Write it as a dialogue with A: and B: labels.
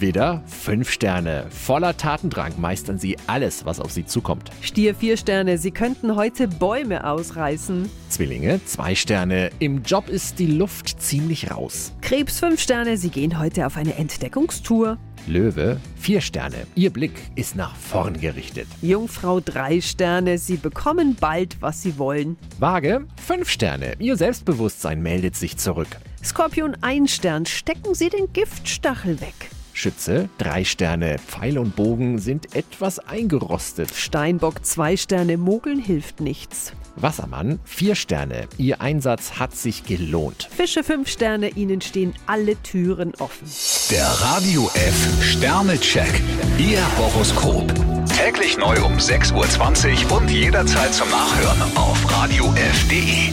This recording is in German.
A: Widder, fünf Sterne. Voller Tatendrang meistern sie alles, was auf sie zukommt.
B: Stier vier Sterne, Sie könnten heute Bäume ausreißen.
A: Zwillinge, zwei Sterne. Im Job ist die Luft ziemlich raus.
B: Krebs fünf Sterne, Sie gehen heute auf eine Entdeckungstour.
A: Löwe, vier Sterne. Ihr Blick ist nach vorn gerichtet.
B: Jungfrau drei Sterne, Sie bekommen bald, was Sie wollen.
A: Waage, fünf Sterne. Ihr Selbstbewusstsein meldet sich zurück.
B: Skorpion ein Stern, stecken Sie den Giftstachel weg.
A: Schütze, drei Sterne. Pfeil und Bogen sind etwas eingerostet.
B: Steinbock zwei Sterne, Mogeln hilft nichts.
A: Wassermann, vier Sterne. Ihr Einsatz hat sich gelohnt.
B: Fische fünf Sterne, Ihnen stehen alle Türen offen.
C: Der Radio F Sternecheck. Ihr Horoskop. Täglich neu um 6.20 Uhr und jederzeit zum Nachhören auf Radio E. radiof.de.